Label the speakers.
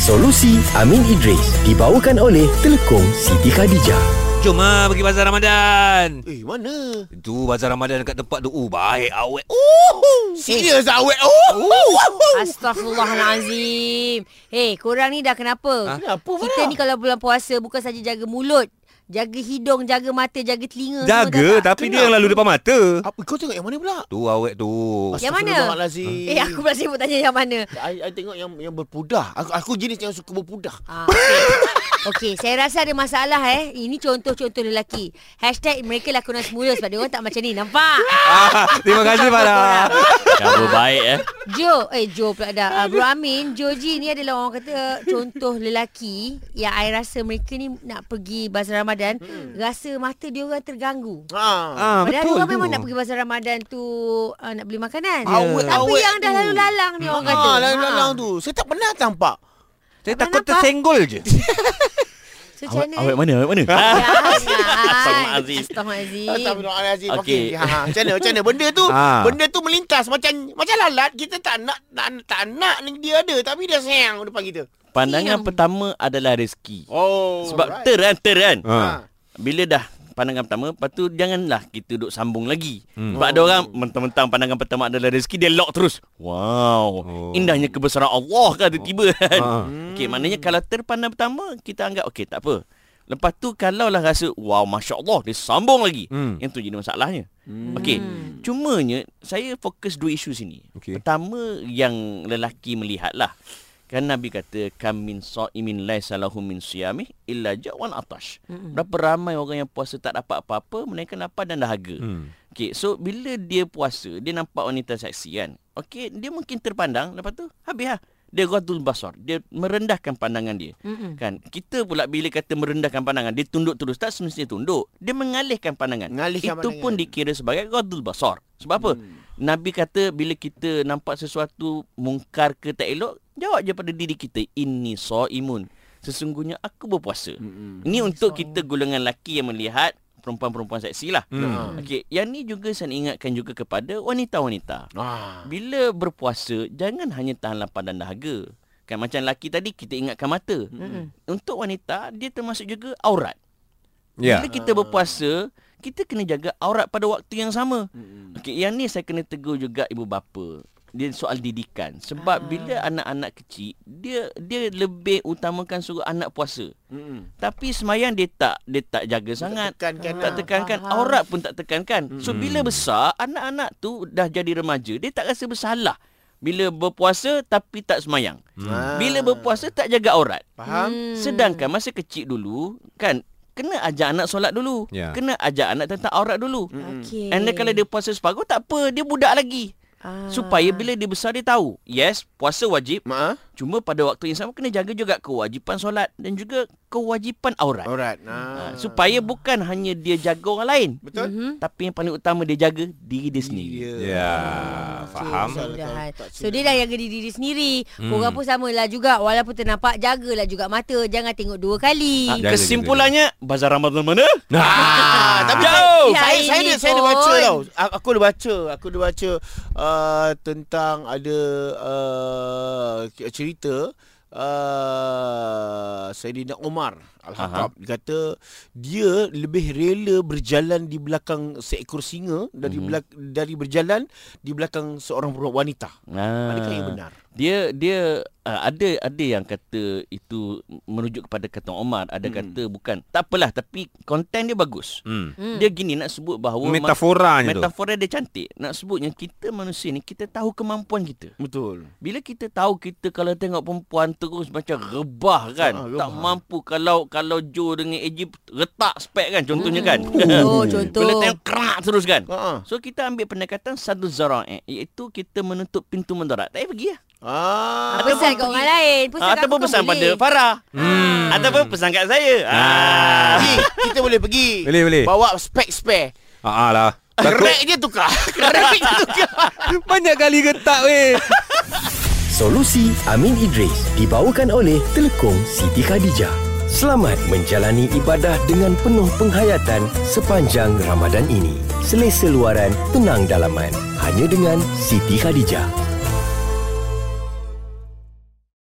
Speaker 1: Solusi Amin Idris dibawakan oleh Telekom Siti Khadijah.
Speaker 2: Jom ah pergi bazar Ramadan.
Speaker 3: Eh, mana?
Speaker 2: Tu bazar Ramadan dekat tempat tu. Oh, baik awet. Oh.
Speaker 3: Serius awet. Oh.
Speaker 2: Uh.
Speaker 4: Astaghfirullahalazim. Hei, korang ni dah kenapa?
Speaker 2: Ha?
Speaker 3: Kenapa, Farah?
Speaker 4: Kita ni kalau bulan puasa bukan saja jaga mulut, jaga hidung, jaga mata, jaga telinga semua
Speaker 2: Jaga
Speaker 4: dah tak?
Speaker 2: tapi dia yang lalu depan mata.
Speaker 3: Apa kau tengok yang mana pula?
Speaker 2: Tu awet tu.
Speaker 4: Yang mana?
Speaker 3: Astagfirullahalazim.
Speaker 4: Eh, aku pula sibuk tanya yang mana.
Speaker 3: I, I tengok yang yang berpudah. Aku aku jenis yang suka berpudah.
Speaker 4: Ah, okay. Okey, saya rasa ada masalah eh. Ini contoh-contoh lelaki. Hashtag mereka lakonan semula sebab dia orang tak macam ni. Nampak?
Speaker 2: Ah, terima kasih Farah.
Speaker 5: Nama baik eh
Speaker 4: Jo, eh Jo pula dah. Uh, Bro Amin, Joji ni adalah orang kata eh, contoh lelaki yang I rasa mereka ni nak pergi bazar Ramadan, hmm. rasa mata dia orang terganggu.
Speaker 3: Ha.
Speaker 2: Ah,
Speaker 4: Padahal
Speaker 2: betul.
Speaker 4: orang
Speaker 2: tu.
Speaker 4: memang nak pergi bazar Ramadan tu uh, nak beli makanan.
Speaker 3: Awet,
Speaker 4: Tapi
Speaker 3: awet
Speaker 4: yang dah
Speaker 3: tu.
Speaker 4: lalu lalang ni orang kata.
Speaker 3: Ha, lalang-lalang tu. Saya tak pernah nampak.
Speaker 2: Saya
Speaker 4: Abang
Speaker 2: takut
Speaker 4: nampak?
Speaker 2: tersenggol je.
Speaker 4: So, macam mana? Ya,
Speaker 5: Awet mana Awet mana
Speaker 4: Astagfirullahalazim.
Speaker 5: Aziz.
Speaker 4: Astagfirullahalazim.
Speaker 3: Astagfirullahalazim.
Speaker 5: Okey.
Speaker 3: Okey. Ha, ha. Macam mana? Macam mana? Benda tu,
Speaker 2: Ha.
Speaker 3: benda tu melintas macam macam lalat kita tak nak tak, tak nak ni dia ada tapi dia sayang depan kita.
Speaker 5: Pandangan
Speaker 4: Siang.
Speaker 5: pertama adalah rezeki
Speaker 3: Oh.
Speaker 5: Sebab ter kan ter kan
Speaker 2: Ha.
Speaker 3: Ha.
Speaker 5: Bila dah pandangan pertama Lepas tu janganlah kita duduk sambung lagi hmm. Sebab ada orang Mentang-mentang pandangan pertama adalah rezeki Dia lock terus
Speaker 2: Oh.
Speaker 5: Wow oh. Indahnya kebesaran Allah kan tiba-tiba kan
Speaker 2: Ha.
Speaker 5: Okey maknanya kalau ter pandang pertama Kita anggap okey tak apa Lepas tu kalaulah rasa Wow Masya Allah Dia sambung lagi
Speaker 2: Hmm.
Speaker 5: Yang tu jadi masalahnya. Hmm. Okey. Cumanya saya fokus dua isu sini.
Speaker 2: Okey.
Speaker 5: Pertama yang lelaki melihatlah. Kan Nabi kata kam min saimin laisa lahu min siyamih illa jawan atash. Hmm. Berapa ramai orang yang puasa tak dapat apa-apa melainkan lapar dan dahaga. Hmm.
Speaker 2: Hmm.
Speaker 5: Okey, so bila dia puasa, dia nampak wanita seksi kan. Okey, dia mungkin terpandang lepas tu habis lah. Dia ghadul basar. Dia merendahkan pandangan dia.
Speaker 4: Mm-mm.
Speaker 5: Kan? Kita pula bila kata merendahkan pandangan, dia tunduk terus. Tak semestinya tunduk. Dia mengalihkan pandangan.
Speaker 3: Mengalihkan
Speaker 5: Itu
Speaker 3: pandangan. Hmm.
Speaker 5: pun dikira sebagai ghadul basar. Sebab apa? Nabi kata bila kita nampak sesuatu mungkar ke tak elok, jawab je pada diri kita, inni saimun. Sesungguhnya aku berpuasa.
Speaker 3: Mm-mm.
Speaker 5: Ini untuk kita golongan lelaki yang melihat perempuan-perempuan seksi lah.
Speaker 2: Hmm.
Speaker 5: Okey, yang ni juga saya nak ingatkan juga kepada wanita-wanita.
Speaker 3: Ah.
Speaker 5: Bila berpuasa, jangan hanya tahan lapar dan dahaga. Kan macam lelaki tadi kita ingatkan mata.
Speaker 4: Mm-mm.
Speaker 5: Untuk wanita, dia termasuk juga aurat.
Speaker 2: Ya.
Speaker 5: Bila kita berpuasa, kita kena jaga aurat pada waktu yang sama. Okey, yang ni saya kena tegur juga ibu bapa. Dia soal didikan. Sebab bila anak-anak kecil, dia dia lebih utamakan suruh anak puasa.
Speaker 3: Mm-mm.
Speaker 5: Tapi semayang dia tak dia tak jaga sangat.
Speaker 3: tekankan
Speaker 5: tak
Speaker 3: lah.
Speaker 5: tekankan
Speaker 4: Faham.
Speaker 5: aurat pun tak tekankan. So bila besar anak-anak tu dah jadi remaja, dia tak rasa bersalah bila berpuasa tapi tak semayang.
Speaker 3: Ah.
Speaker 5: Bila Mm. berpuasa tak jaga aurat.
Speaker 3: Faham?
Speaker 5: Sedangkan masa kecil dulu kan kena ajar anak solat dulu.
Speaker 2: Ya.
Speaker 5: Kena ajar anak tentang aurat dulu.
Speaker 3: Hmm.
Speaker 4: Okey.
Speaker 5: And then kalau dia puasa separuh tak apa, dia budak lagi.
Speaker 4: Ah.
Speaker 5: Supaya bila dia besar dia tahu, yes, puasa wajib.
Speaker 3: Ma?
Speaker 5: Cuma pada waktu yang sama kena jaga juga kewajipan solat dan juga kewajipan aurat.
Speaker 3: Alright.
Speaker 5: Ha, Mm-hmm.
Speaker 3: Nah.
Speaker 5: supaya bukan hanya dia jaga orang lain.
Speaker 3: Betul?
Speaker 4: Mhm.
Speaker 5: Tapi yang paling utama dia jaga diri dia sendiri.
Speaker 2: Ya. Faham?
Speaker 4: Okey, mudah-mudahan.
Speaker 3: Tak
Speaker 4: So dia dah jaga diri dia sendiri hmm. Korang pun samalah juga Walaupun ternampak Jagalah juga mata Jangan tengok dua kali
Speaker 5: Ha,
Speaker 2: jaga
Speaker 5: kesimpulannya, Bazar Ramadan mana?
Speaker 3: Ah, tapi
Speaker 5: Jauh!
Speaker 4: Ya,
Speaker 3: saya saya
Speaker 4: ini
Speaker 3: ada, saya ada
Speaker 4: pun.
Speaker 3: baca tau. A- Aku ada baca, aku ada baca uh, tentang ada uh, cerita uh, Saidina Omar Al-Khattab dia kata dia lebih rela berjalan di belakang seekor singa dari mm-hmm. belak- dari berjalan di belakang seorang perempuan wanita.
Speaker 5: Ah.
Speaker 3: Adakah ia benar?
Speaker 5: Dia dia uh, ada ada yang kata itu merujuk kepada kata Omar, ada hmm. kata bukan. Tak apalah tapi konten dia bagus.
Speaker 2: Hmm.
Speaker 5: Hmm. Dia gini nak sebut bahawa ma-
Speaker 2: Metaforanya tu.
Speaker 5: metafora dia cantik. Nak sebutnya kita manusia ni kita tahu kemampuan kita.
Speaker 3: Betul.
Speaker 5: Bila kita tahu kita kalau tengok perempuan terus macam rebah kan.
Speaker 3: Ah,
Speaker 5: Ha,
Speaker 3: rebah.
Speaker 5: rebah. Tak mampu kalau kalau Joe dengan AJ retak spek kan
Speaker 3: Hmm.
Speaker 5: contohnya kan.
Speaker 4: Oh, contoh.
Speaker 5: Bila tengok kerak terus kan.
Speaker 3: Ha.
Speaker 5: So kita ambil pendekatan satu zara'i iaitu kita menutup pintu mendarat. Tak payah pergi lah.
Speaker 3: Ah.
Speaker 4: Ah, Pesan kat orang lain Pesan
Speaker 5: Ah,
Speaker 4: kat
Speaker 5: ataupun
Speaker 4: aku
Speaker 5: pesan
Speaker 4: boleh.
Speaker 5: pada Farah. Hmm. Ataupun pesan kat saya. Ah.
Speaker 3: Pergi. Kita boleh pergi.
Speaker 2: Boleh, boleh.
Speaker 3: Bawa spek spare.
Speaker 2: Ha lah. Takut.
Speaker 3: Kerek je tukar. Kerek je tukar.
Speaker 2: Banyak kali getak weh.
Speaker 1: Solusi Amin Idris dibawakan oleh Telekom Siti Khadijah. Selamat menjalani ibadah dengan penuh penghayatan sepanjang Ramadan ini. Selesa luaran, tenang dalaman. Hanya dengan Siti Khadijah.